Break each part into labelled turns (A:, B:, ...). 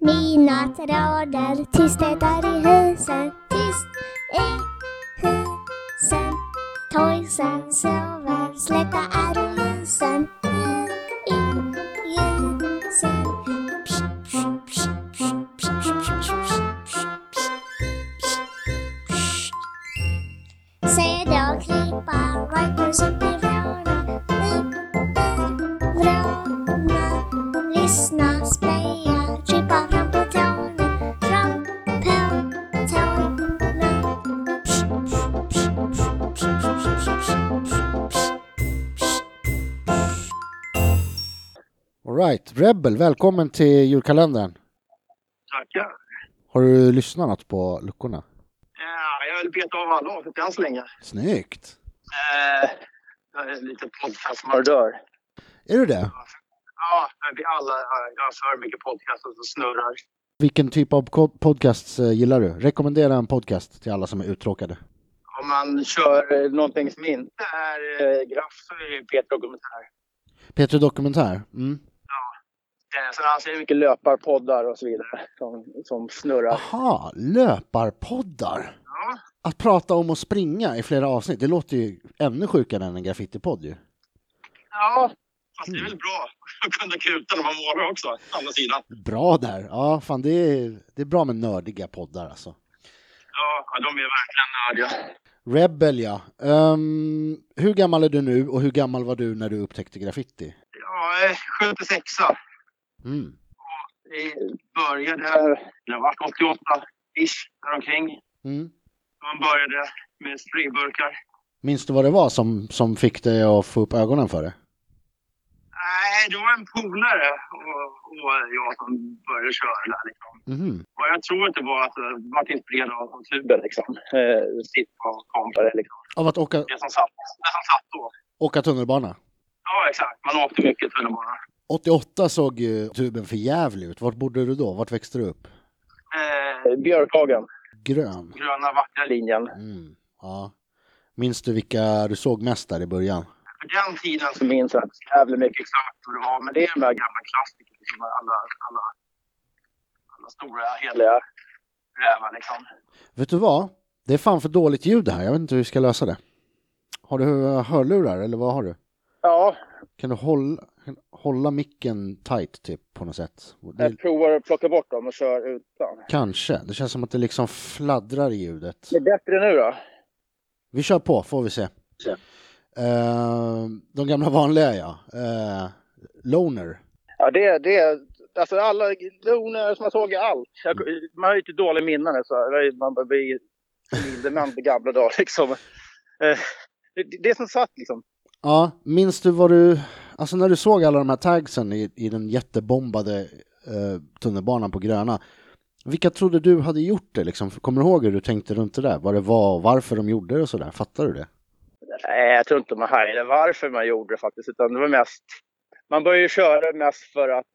A: Mina trådar tysthet är i husen Tyst i husen Toysen sover Släcka är ljusen I ljusen Se då klippan Vipers upp i vrårna Upp ur vrårna Lyssna, speja, krypa fram på tårna Fram på tårna
B: Alright, Rebel, välkommen till julkalendern.
C: Tackar.
B: Har du lyssnat något på luckorna?
C: Ja, jag vill peta av alla avsnitt än så länge.
B: Snyggt!
C: Eh, jag är lite podcastmördör.
B: Är du det?
C: Ja, vi alla eh, jag har för mycket podcaster som snurrar.
B: Vilken typ av ko- podcasts eh, gillar du? Rekommendera en podcast till alla som är uttråkade.
C: Om man kör eh, någonting som inte är eh, graff så är det Peter Dokumentär.
B: Peter Dokumentär? Mm.
C: Eh, sen anser jag mycket löparpoddar och så vidare som, som snurrar.
B: Aha, löparpoddar!
C: Ja.
B: Att prata om att springa i flera avsnitt, det låter ju ännu sjukare än en graffitipodd ju.
C: Ja, fast det är väl bra att kunna kuta när man målar också, å andra sidan.
B: Bra där! Ja, fan det är, det är bra med nördiga poddar alltså.
C: Ja, ja, de är verkligen nördiga.
B: Rebel ja. Ehm, hur gammal är du nu och hur gammal var du när du upptäckte graffiti?
C: Ja, eh, 76
B: Mm.
C: Vi började, det var 88-ish däromkring.
B: Mm.
C: Man började med sprayburkar.
B: Minns du vad det var som, som fick dig att få upp ögonen för det?
C: Nej, det var en polare och, och jag som började köra där. Liksom.
B: Mhm.
C: Och jag tror att det var att jag vart inspirerad av, av tuben. Liksom. Eh, sitt på kameror, liksom.
B: Av att åka,
C: det, som satt, det som satt då.
B: åka tunnelbana?
C: Ja, exakt. Man åkte mycket tunnelbana.
B: 88 såg ju tuben för jävligt ut. Vart bodde du då? Vart växte du upp?
C: Eh, Björkhagen,
B: Grön?
C: gröna vackra linjen.
B: Mm. Ja. Minns du vilka du såg mest där i början?
C: För den tiden så minns jag inte jävligt mycket exakt vad det var. Men det är de här gamla klassikerna som alla, alla, alla stora heliga rävar liksom.
B: Vet du vad? Det är fan för dåligt ljud det här. Jag vet inte hur vi ska lösa det. Har du eh, hörlurar eller vad har du?
C: Ja,
B: Kan du hålla, kan du hålla micken tight typ på något sätt? Det,
C: jag provar att plocka bort dem och kör utan.
B: Kanske. Det känns som att det liksom fladdrar i ljudet.
C: Det är bättre nu då?
B: Vi kör på, får vi se.
C: Ja.
B: Eh, de gamla vanliga, ja. Eh, loner.
C: Ja, det, det, alltså alla doner som jag såg i allt. Jag, man har ju inte dålig minnen så här. man börjar bli Lindemann på gamla dagar liksom. Eh, Det, det som satt liksom.
B: Ja, minns du vad du... Alltså när du såg alla de här tagsen i, i den jättebombade eh, tunnelbanan på Gröna. Vilka trodde du hade gjort det liksom? Kommer du ihåg hur du tänkte runt det där? Vad det var och varför de gjorde det och sådär? Fattar du det?
C: Nej, jag tror inte man hajade varför man gjorde det faktiskt, utan det var mest... Man börjar ju köra mest för att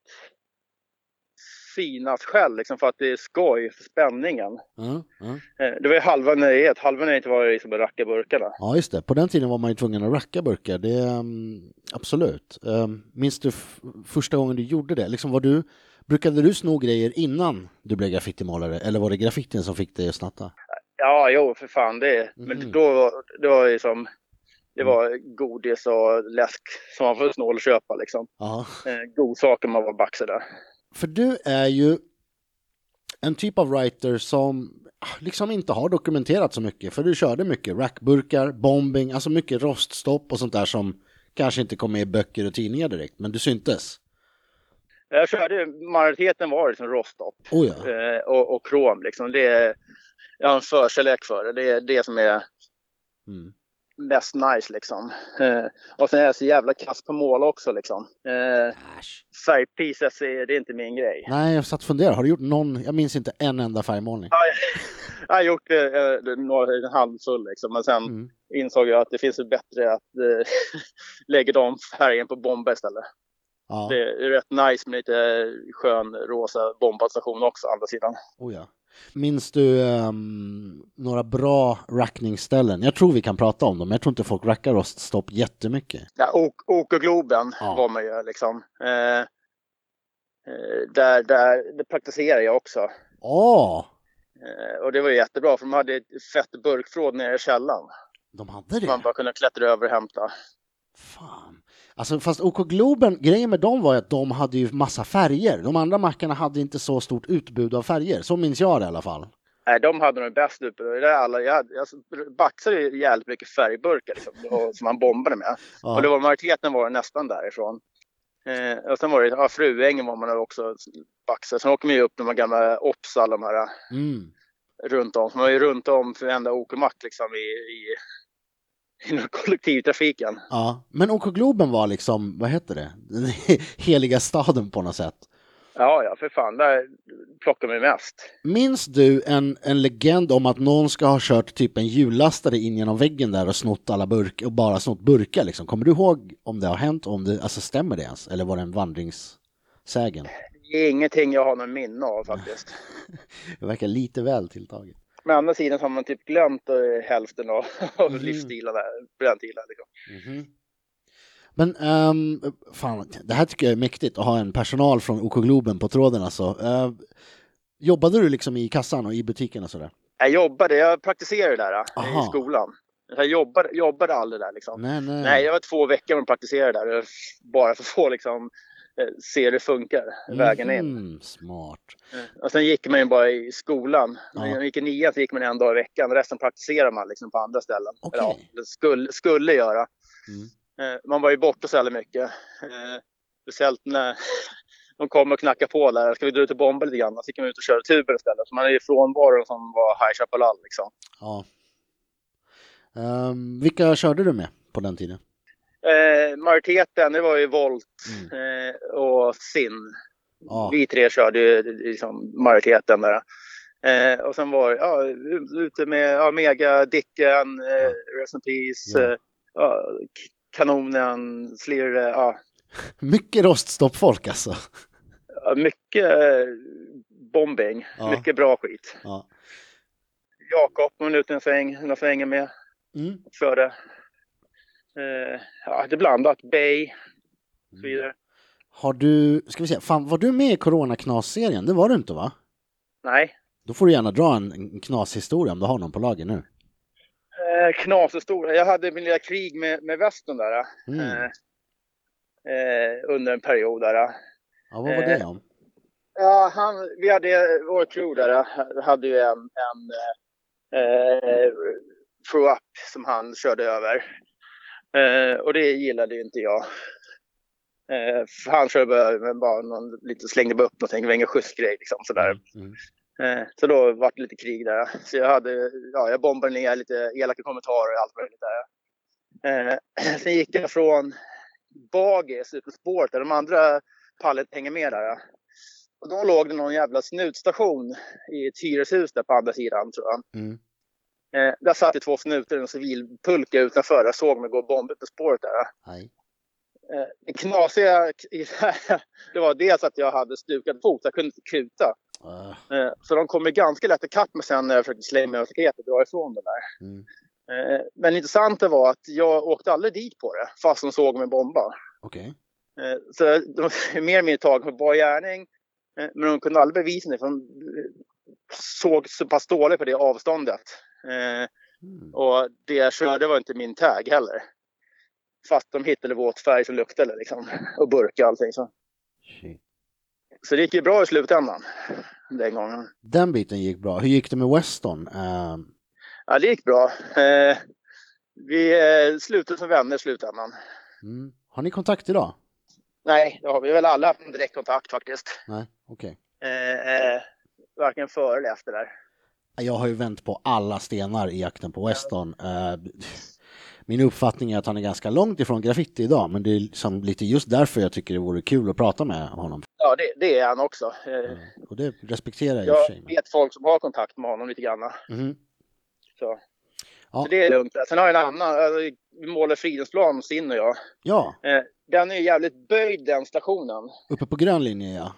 C: synas själv, liksom för att det är skoj, för spänningen.
B: Mm, mm.
C: Eh, Det var ju halva nöjet. Halva nöjet var ju liksom att racka burkarna.
B: Ja, just det. På den tiden var man ju tvungen att racka burkar. Det, mm, absolut. Um, minns du f- första gången du gjorde det? Liksom var du, brukade du sno grejer innan du blev graffitimålare? Eller var det graffitin som fick dig att snatta?
C: Ja, jo, för fan. Det,
B: Mhm.
C: Men då var- det var ju som... Det var godis och läsk som man får snål köpa liksom.
B: Ja.
C: Eh, god sak om man var back sådär.
B: För du är ju en typ av writer som ah, liksom inte har dokumenterat så mycket. För du körde mycket rackburkar, bombing, alltså mycket roststopp och sånt där som kanske inte kom med i böcker och tidningar direkt, men du syntes.
C: Jag körde, majoriteten var liksom rostop
B: Oh ja.
C: eh, och, och krom liksom. Det är, jag har en förkärlek för det. Det är det som är
B: Mm.
C: mest nice liksom. Eh, och sen är jag så jävla kass på mål också liksom. Eh,
B: Äsch.
C: färgpieces, är- det är inte min grej.
B: Nej, jag satt och funderade. Har du gjort någon? Jag minns inte en enda färgmålning.
C: Ja, jag- jag har gjort eh, några, en handfull liksom, men sen
B: Mm.
C: insåg jag att det finns ju bättre att eh, lägga de färgen på bomba istället.
B: Ja,
C: Det är rätt nice med lite skön rosa bombstation också, å andra sidan.
B: oh ja. Minns du ehm, några bra rackningsställen? Jag tror vi kan prata om dem. Jag tror inte folk rackar roststopp jättemycket.
C: Ja, ok, ok och Globen
B: Ja.
C: var man ju liksom. Eh, Eh, Där, där, det praktiserade jag också.
B: Ah,
C: Eh, Och det var ju jättebra för de hade ett fett burkförråd nere i källaren.
B: de hade det?
C: Man bara kunde klättra över och hämta.
B: Fan. Alltså fast OK Globen, grejen med dem var ju att de hade ju massa färger. De andra mackarna hade inte så stort utbud av färger. Så minns jag det i alla fall.
C: Nej, de hade nog bäst uppe. Det där alla, jag, hade- jag baxade ju jävligt mycket färgburkar liksom, och, som man bombade med.
B: Ja.
C: Och det var majoriteten var nästan därifrån. Eh, och sen var det ja, Fruängen var man också baxade. Sen åker man ju upp de här gamla Ops, alla de här eh,
B: Mm.
C: runt om. Så man var ju runt om för varenda OK-mack liksom i, i, i kollektivtrafiken.
B: Ja. Men OK Globen var liksom, vad heter det, den heliga staden på något sätt.
C: Ja, ja, för fan. Där plockar man ju mest.
B: Minns du en, en legend om att någon ska ha kört typ en hjullastare in genom väggen där och snott alla burkar och bara snott burkar liksom? Kommer du ihåg om det har hänt? Om det, alltså stämmer det ens? Eller var det en vandringssägen?
C: Det är ingenting jag har någon minne av faktiskt.
B: Det verkar lite väl tilltaget.
C: Men å andra sidan så har man typ glömt eh, hälften av, av
B: Mm.
C: livsstilarna på den tiden. Liksom.
B: Mhm. Men ehm, fan, det här tycker jag är mäktigt att ha en personal från OK Globen på tråden alltså. Eh, jobbade du liksom i kassan och i butiken och sådär?
C: Jag jobbade, jag praktiserade det där eh,
B: Aha.
C: i skolan. Jag jobbade, jobbade aldrig där liksom.
B: Nej, nej.
C: Nej, jag var två veckor och praktiserade där eh, bara för att få liksom, eh, se hur det funkar, vägen in.
B: Mhm, Smart.
C: Mm. Och sen gick man ju bara i skolan. När
B: Ja.
C: jag gick i nian så gick man en dag i veckan. Resten praktiserade man liksom på andra ställen.
B: Okej.
C: Eller ja, det skulle, skulle göra.
B: Mm.
C: Eh, Man var ju borta så jävla mycket. Eh, Speciellt när de kom och knackade på där. Ska vi dra ut och bomba lite grann? Så gick man ut och körde tuber istället. Så man är ju frånvaron som var High Chaparral liksom.
B: Ja. Ehm, vilka körde du med på den tiden?
C: Eh, majoriteten, det var ju Volt
B: Mm.
C: eh, och Sin.
B: Ja.
C: Vi tre körde ju liksom majoriteten där. Eh, och sen var det, ja, ut- ute med ja, Mega, Dicken, eh, Rest in
B: Ja.
C: Peace, eh, ja, K- Kanonen, Slirre. Ja.
B: Mycket roststoppfolk alltså.
C: Ja, Mycket eh, bombing,
B: Ja.
C: mycket bra skit.
B: Ja.
C: Jakob var ute i en sväng, några svänger med,
B: Mm.
C: körde. Eh, ja, det är blandat, Bay och så
B: Mm.
C: vidare.
B: Har du, ska vi se, fan var du med i Coronaknas-serien? Det var du inte va?
C: Nej,
B: Då får du gärna dra en, en knashistoria om du har någon på lager nu.
C: Eh, Knasestora. Jag hade min lilla krig med, med västen där.
B: Mm.
C: Eh, eh, under en period där. eh.
B: Ja, vad var det om?
C: Ja, han, vi hade, vår crew där eh, hade ju en, en eh, throw up som han körde över. Eh, och det gillade ju inte jag. Eh, för han körde bara över med bara någon, lite slängde bara upp någonting, det var ingen schysst grej liksom sådär.
B: Mm.
C: Eh, Så då vart det lite krig där. Så jag, hade, ja, jag bombade ner lite elaka kommentarer och allt möjligt där. Eh, Sen gick jag från Bagis ut på spåret där de andra pallet hänger med där. Och då låg det någon jävla snutstation i ett hyreshus där på andra sidan tror jag.
B: Mm.
C: Eh, Där satt det två snutar i en civilpulka utanför. Jag såg mig gå bombigt på spåret där.
B: Nej.
C: Eh, Det knasiga i det här, det var dels att jag hade stukad fot. Jag kunde inte kuta.
B: Ah,
C: Eh, Så de kom ju ganska lätt ikapp mig sen när jag försökte slänga mig över staketet och dra ifrån det där.
B: mm.
C: Eh, Men det intressanta var att jag åkte aldrig dit på det, fast de såg mig bomba.
B: Okej.
C: Eh, Så de var mer eller mindre tagna på bar gärning. eh, Men de kunde aldrig bevisa det, för de eh, såg så pass dåligt på det avståndet. Eh,
B: Mm.
C: Och det jag körde var inte min tag heller. Fast de hittade våt färg som luktade liksom, och burk och allting. Så.
B: Shit.
C: så det gick ju bra i slutändan den gången.
B: Den biten gick bra. Hur gick det med Weston? Ehm,
C: Ja, det gick bra. Eh, vi eh, slutade som vänner i slutändan.
B: mm. Har ni kontakt idag?
C: Nej, det har vi väl alla haft en direktkontakt faktiskt.
B: Nej, okej.
C: Eh, eh, varken före eller efter där.
B: Jag har ju vänt på alla stenar i jakten på Weston. Eh, Min uppfattning är att han är ganska långt ifrån graffiti idag, men det är liksom lite just därför jag tycker det vore kul att prata med honom.
C: Ja, det, det är han också. Eh,
B: Och det respekterar jag i och för sig.
C: jag vet folk som har kontakt med honom lite grann.
B: Mhm.
C: Så.
B: Ja.
C: så det är lugnt. Sen har jag en annan. Alltså, vi målar Fridhemsplan, Sinn och jag.
B: Ja,
C: Eh, den är ju jävligt böjd den stationen.
B: uppe på grön linje ja.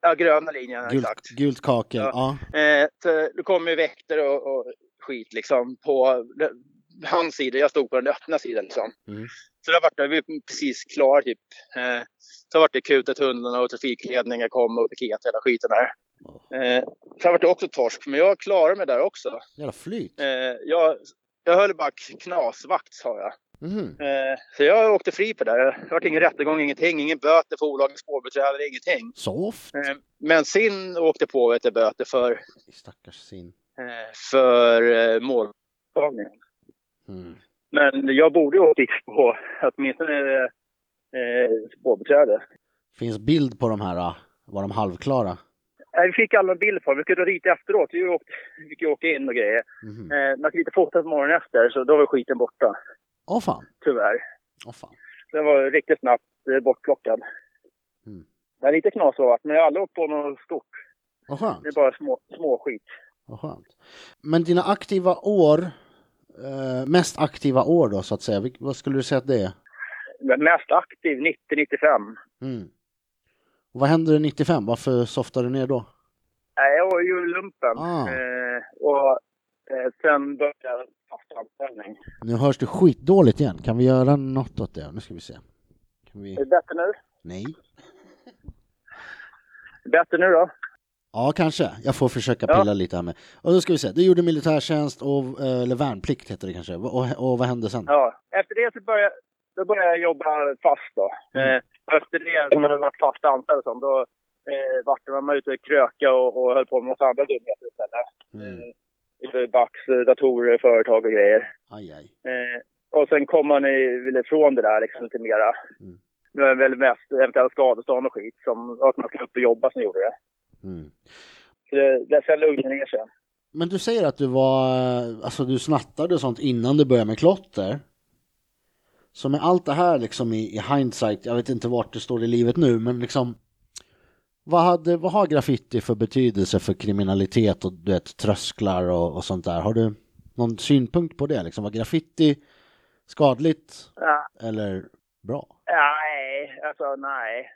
C: Ja, gröna linjen
B: Gult,
C: exakt.
B: gult kakel.
C: Ja.
B: Ja.
C: Eh, så det kom ju väktare och, och skit liksom på de- hans sida. Jag stod på den öppna sidan liksom.
B: Mm.
C: Så det var vi var precis klar typ. Eh, så vart det kutet hundarna och trafikledningar kom och piket hela skiten där. Eh, sen vart det också torsk, men jag klarade mig där också.
B: Jävla flyt.
C: Eh, jag, jag höll bara knasvakt sa jag.
B: Mhm.
C: Eh, så jag åkte fri på det. där. Det vart ingen rättegång, ingenting, ingen böter för olaga spårbeträdare, ingenting.
B: Soft.
C: Eh, men sin åkte på vet, du, böter för,
B: Stackars sin.
C: eh, för eh, måltagning.
B: Mm.
C: Men jag borde ju ha åkt på åtminstone eh, eh, spårbiträde.
B: Finns bild på de här, ah, var de halvklara?
C: Nej, Vi fick alla en bild på det. Vi skulle dra dit efteråt. Vi åkte- vi fick ju åka in och grejer.
B: Mhm.
C: Eh, man kunde inte fota på morgonen efter, så då var skiten borta.
B: Åh fan.
C: Tyvärr.
B: Åh fan.
C: Den var riktigt snabbt eh, bortplockad.
B: Mm.
C: Det är lite knas har varit, men jag har aldrig åkt på något stort.
B: Vad skönt.
C: Det är bara små, små skit.
B: Vad skönt. Men dina aktiva år, eh, mest aktiva år då så att säga, vilk- vad skulle du säga att det är?
C: Men mest aktiv 90-95.
B: Mm. Och vad hände 95? Varför softade du ner då?
C: Nej, jag var ju i lumpen.
B: Ah.
C: Eh, och eh, sen började jag fast anställning.
B: Nu hörs du skitdåligt igen. Kan vi göra något åt det? Nu ska vi se. Kan vi...
C: Är det bättre nu?
B: Nej.
C: Bättre nu då?
B: Ja, kanske. Jag får försöka
C: Ja.
B: pilla lite här med. Och då ska vi se. Du gjorde militärtjänst och, eh, eller värnplikt heter det kanske. Och, och vad hände sen?
C: Ja. Efter det så började, då började jag jobba fast då.
B: Mm.
C: Eh, efter det, när man var fast anställd och sånt, då eh, vart man ute och kröka och, och höll på med massa andra dumheter istället.
B: Mm.
C: Mm. Bax, eh, datorer, företag och grejer.
B: Aj, aj.
C: Eh, och sen kom man i- väl ifrån det där liksom lite mera.
B: Mm.
C: Det var väl mest eventuellt skadestånd och skit som att man skulle upp och jobba som gjorde det.
B: Mm.
C: Så det, det sen lugnade det ner sig.
B: Men du säger att du var, alltså du snattade och sånt innan du började med klotter. Så med allt det här liksom i, i hindsight, jag vet inte vart du står i livet nu, men liksom vad, hade, vad har graffiti för betydelse för kriminalitet och du vet, trösklar och, och sånt där? Har du någon synpunkt på det? Liksom, var graffiti skadligt
C: Ja,
B: eller bra?
C: nej, alltså nej.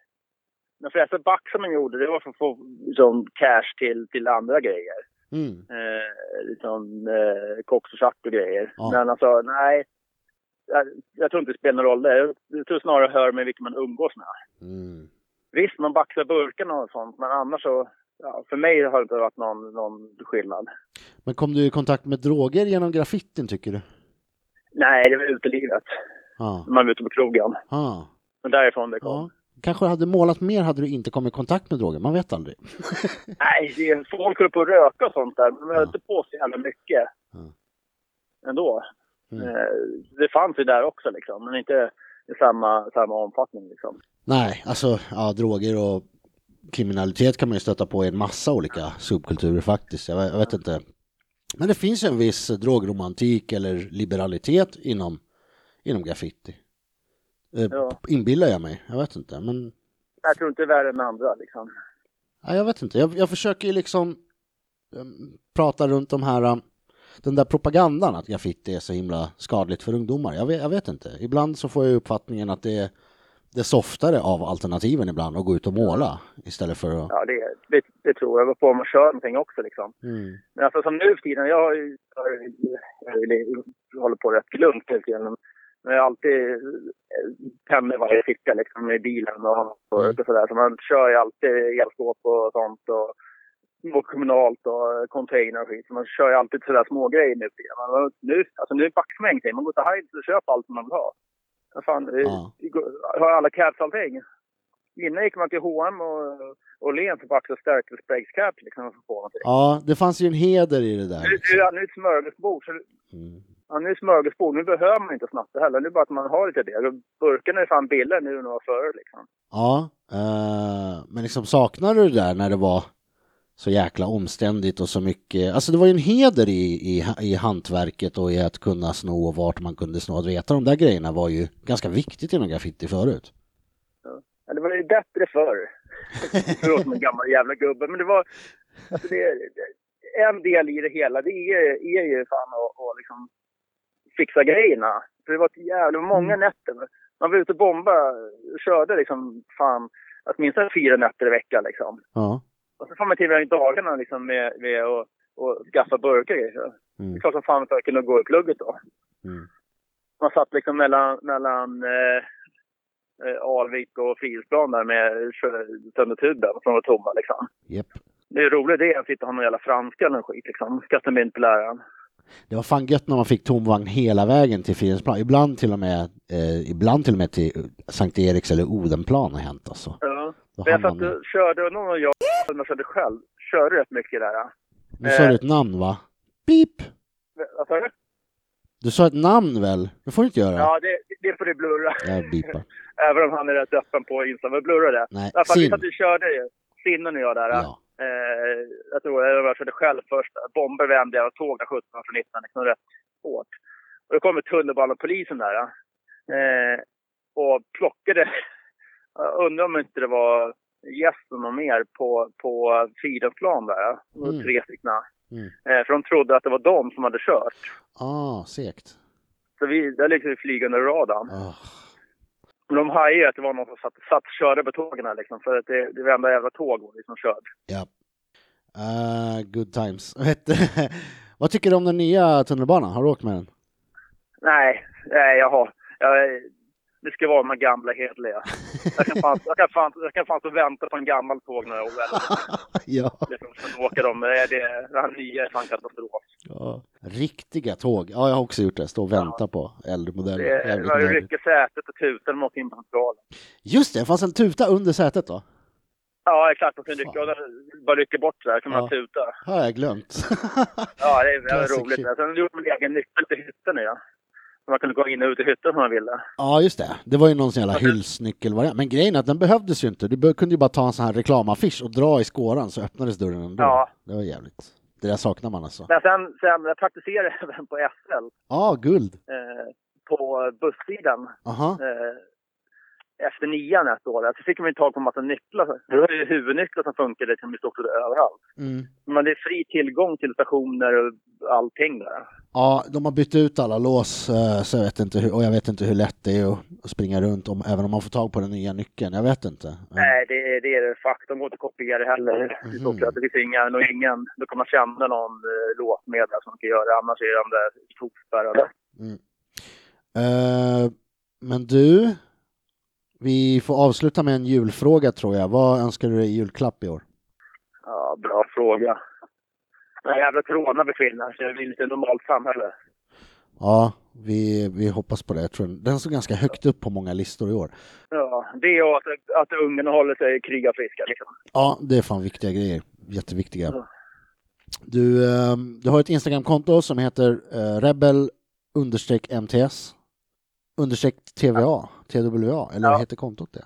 C: De flesta back som man gjorde det var för att få liksom, cash till, till andra grejer.
B: Mm.
C: Eh, liksom eh, koks och chack och grejer.
B: Ja.
C: Men alltså nej. Jag, jag tror inte det spelar någon roll. där. Jag tror snarare det hör med vilka man umgås med.
B: Mm.
C: Visst, man baxar burkarna och sånt, men annars så... Ja, för mig har det inte varit någon, någon skillnad.
B: Men kom du i kontakt med droger genom graffitin tycker du?
C: Nej, det var utelivet.
B: Ja.
C: Man var ute på krogen.
B: ja.
C: Men därifrån det kom.
B: Ja. Kanske hade målat mer hade du inte kommit i kontakt med droger, man vet aldrig.
C: Nej, det är, folk höll på att röka och sånt där, men man höll
B: Ja.
C: inte på så jävla mycket.
B: Ja.
C: Ändå.
B: Mm.
C: Eh, det fanns ju där också liksom, men inte i samma, samma omfattning liksom.
B: Nej, alltså ja, droger och kriminalitet kan man ju stöta på i en massa olika subkulturer faktiskt. Jag, jag vet inte. Men det finns ju en viss drogromantik eller liberalitet inom, inom graffiti. Eh,
C: Ja.
B: Inbillar jag mig, jag vet inte. Men
C: Jag tror inte det är värre än andra liksom.
B: Ja, jag vet inte. Jag, jag försöker ju liksom ehm, prata runt de här, ehm, den där propagandan att graffiti är så himla skadligt för ungdomar. Jag vet, jag vet inte. Ibland så får jag ju uppfattningen att det är det är softare av alternativen ibland att gå ut och måla istället för att...
C: Ja, det, det, det tror jag. Jag var på om att köra någonting också liksom.
B: Mm.
C: Men alltså som nu för tiden, jag, har ju- jag, har ju- jag, har ju- jag håller på rätt lugnt nu för tiden. Men jag har alltid eh, tänder varje ficka liksom i bilen och, och,
B: Mm.
C: och sådär. Så man kör ju alltid elskåp och sånt och, och kommunalt och container och skit. Så man kör ju alltid sådär smågrejer nu för tiden. Man, nu, alltså nu backar man ingenting. Man går till Heinz och köper allt man vill ha. Vad fan, det-
B: Ja.
C: det går- har alla caps allting? Innan gick man till H&M och Åhléns och backade stärkte Spragues caps liksom för att få någonting.
B: ja, det fanns ju en heder i det där.
C: Nu,
B: Liksom.
C: nu, nu är det smörgåsbord, så
B: Mm.
C: Ja, nu är det smörgåsbord. Nu behöver man inte snatta heller. Nu är det bara att man har lite det. Burkarna är fan billigare nu än vad förr liksom.
B: Ja, eh, men liksom saknar du det där när det var så jäkla omständigt och så mycket, alltså det var ju en heder i, i, i hantverket och i att kunna sno och vart man kunde sno, att veta de där grejerna var ju ganska viktigt inom graffiti förut.
C: Ja, det var ju bättre förr. Det låter som en gammal jävla gubbe. Men det var... Alltså, det, det- en del i det hela, det är, är ju fan att att liksom fixa grejerna. För det var ett jävla många nätter. Man var ute och bomba och körde liksom fan åtminstone fyra nätter i veckan liksom.
B: Ja,
C: Och så får man till dagarna liksom med, med att och skaffa burkar och grejer.
B: mm,
C: Det är klart som fan att jag kunde gå i plugget då.
B: mm.
C: Man satt liksom mellan, mellan eh, eh, Alvik och Frilsplan där med körde sönder tuben som var tomma liksom.
B: Japp.
C: Det är roligare det än att sitta och ha någon jävla franska eller någon skit liksom. Kasta mynt på läraren.
B: Det var fan gött när man fick tomvagn hela vägen till Fridhemsplan. Ibland till och med, eh, ibland till och med till Sankt Eriks eller Odenplan har hänt alltså.
C: Ja.
B: Då
C: Men jag
B: hann man-
C: satt och körde, och någon av jag, när jag körde själv, körde rätt mycket där. ja.
B: Du
C: eh.
B: sa ett namn va? Pip!
C: Vad sa du?
B: Du sa ett namn väl? Det får du inte göra.
C: Ja, det, det får du blurra.
B: Jag bipar.
C: Även om han är rätt öppen på Instagram. Men blurra det.
B: Nej,
C: I alla fall, vi
B: Sim.
C: satt och körde ju. Sinnen och jag där. ja.
B: Ja.
C: Eh, jag tror jag var körde själv först. Bomber vände jag och tåg där 17 från 19. Liksom rätt hårt. Och då kommer tunnelbanepolisen där. ja. Eh, och plockade. Jag undrar om inte det var gästen och mer på, på Fridhemsplan där. ja. Det var
B: Mm.
C: Tre stycken.
B: Mm.
C: Eh, för de trodde att det var de som hade kört.
B: Ah, segt.
C: Så vi, där liksom flygande radarn.
B: Ah.
C: Men de hajade ju att det var någon som satt, satt och körde på tågen här liksom. För att det, det varenda jävla tåg var liksom körd.
B: Eh, good times. Vad heter- Vad tycker du om den nya tunnelbanan? Har du åkt med den?
C: Nej, nej jag har... Jag, det ska vara de här gamla hederliga. Jag kan fan, jag kan fan, jag kan fan stå och vänta på en gammal tåg några år.
B: ja.
C: Liksom, sen åka dem. Nej, Det, det här nya är fan katastrof.
B: ja. Riktiga tåg. Ja, jag har också gjort det. Stå och vänta på äldre modeller.
C: Det,
B: Jävligt
C: man
B: nördigt.
C: rycker sätet och tutar dem åt in på centralen.
B: Just det, det fanns en tuta under sätet då.
C: Ja, exakt. Man kan
B: Fan.
C: rycka, och den bara rycker bort så här. kan
B: Ja.
C: man tuta.
B: Har jag glömt.
C: Ja, det är
B: Classic
C: väldigt roligt.
B: shit.
C: Sen gjorde man egen nyckel till hytten nu ja. Så man kunde gå in och ut i hytten som man ville.
B: ja, just det. Det var ju någon sån jävla hylsnyckelvariant. Men grejen är att den behövdes ju inte. Du be- kunde ju bara ta en sån här reklamaffisch och dra i skåran så öppnades dörren ändå.
C: Ja.
B: Det var jävligt. Det där saknar man alltså.
C: Men sen, sen jag praktiserade även på SL,
B: Ja, guld.
C: eh, på busssidan,
B: Aha.
C: eh, efter nian ett år. Så fick man ju tag på en massa nycklar. Det var ju huvudnycklar som funkade till i stort sett överallt.
B: Mm.
C: Men det är fri tillgång till stationer och allting där.
B: Ja, de har bytt ut alla lås eh, så jag vet inte hur, och jag vet inte hur lätt det är att- att springa runt om, även om man får tag på den nya nyckeln. Jag vet inte. Men-
C: Nej, det, är- det är det fack. De går inte att kopiera heller. i stort
B: Mhm.
C: sett. Det finns inga, nog ingen. Då kan man känna någon eh, låtmedlare som kan göra det. Annars är de där tokspärrade.
B: Eh, men du, vi får avsluta med en julfråga tror jag. Vad önskar du dig i julklapp i år?
C: Ja, bra fråga. Den här jävla corona försvinner. Så det blir lite normalt samhälle.
B: Ja, vi, vi hoppas på det. Jag tror den, den står ganska högt upp på många listor i år.
C: Ja, det och att, att ungarna håller sig krya friska. Liksom.
B: Ja, det är fan viktiga grejer. Jätteviktiga.
C: Ja.
B: Du, eh, du har ett Instagramkonto som heter eh, rebel understreck mts understreck tva, twa, eller
C: Ja.
B: vad heter kontot det?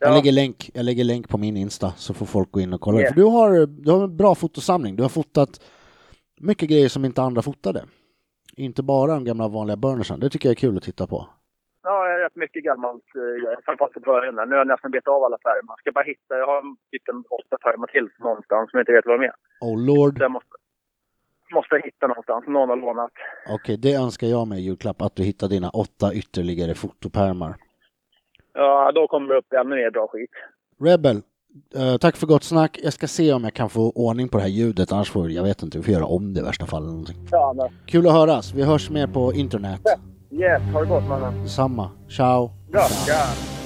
B: Jag,
C: Ja.
B: lägger länk, jag lägger länk på min Insta så får folk gå in och kolla.
C: Yeah.
B: För du, har, du har en bra fotosamling. Du har fotat mycket grejer som inte andra fotade. Inte bara de gamla vanliga burnersen. Det tycker jag är kul att titta på.
C: Ja, jag har rätt mycket gammalt. eh, Framförallt i början där. Nu har jag nästan betat av alla pärmar. Jag ska bara hitta. Jag har typ en liten åtta pärmar till någonstans som jag inte vet vad de är.
B: Oh
C: Så
B: lord.
C: jag måste, måste hitta någonstans. Någon har lånat.
B: Okej, det önskar jag mig i julklapp. Att du hittar dina åtta ytterligare fotopärmar.
C: Ja, då kommer det upp ännu mer bra skit.
B: Rebel, eh, tack för gott snack. Jag ska se om jag kan få ordning på det här ljudet, annars får jag vet inte, vi får göra om det i värsta fall. Eller någonting.
C: Ja, men
B: Kul att höras. Vi hörs mer på internet.
C: yes, ha det gott mannen.
B: Detsamma. Ciao.
C: Bra. Ja.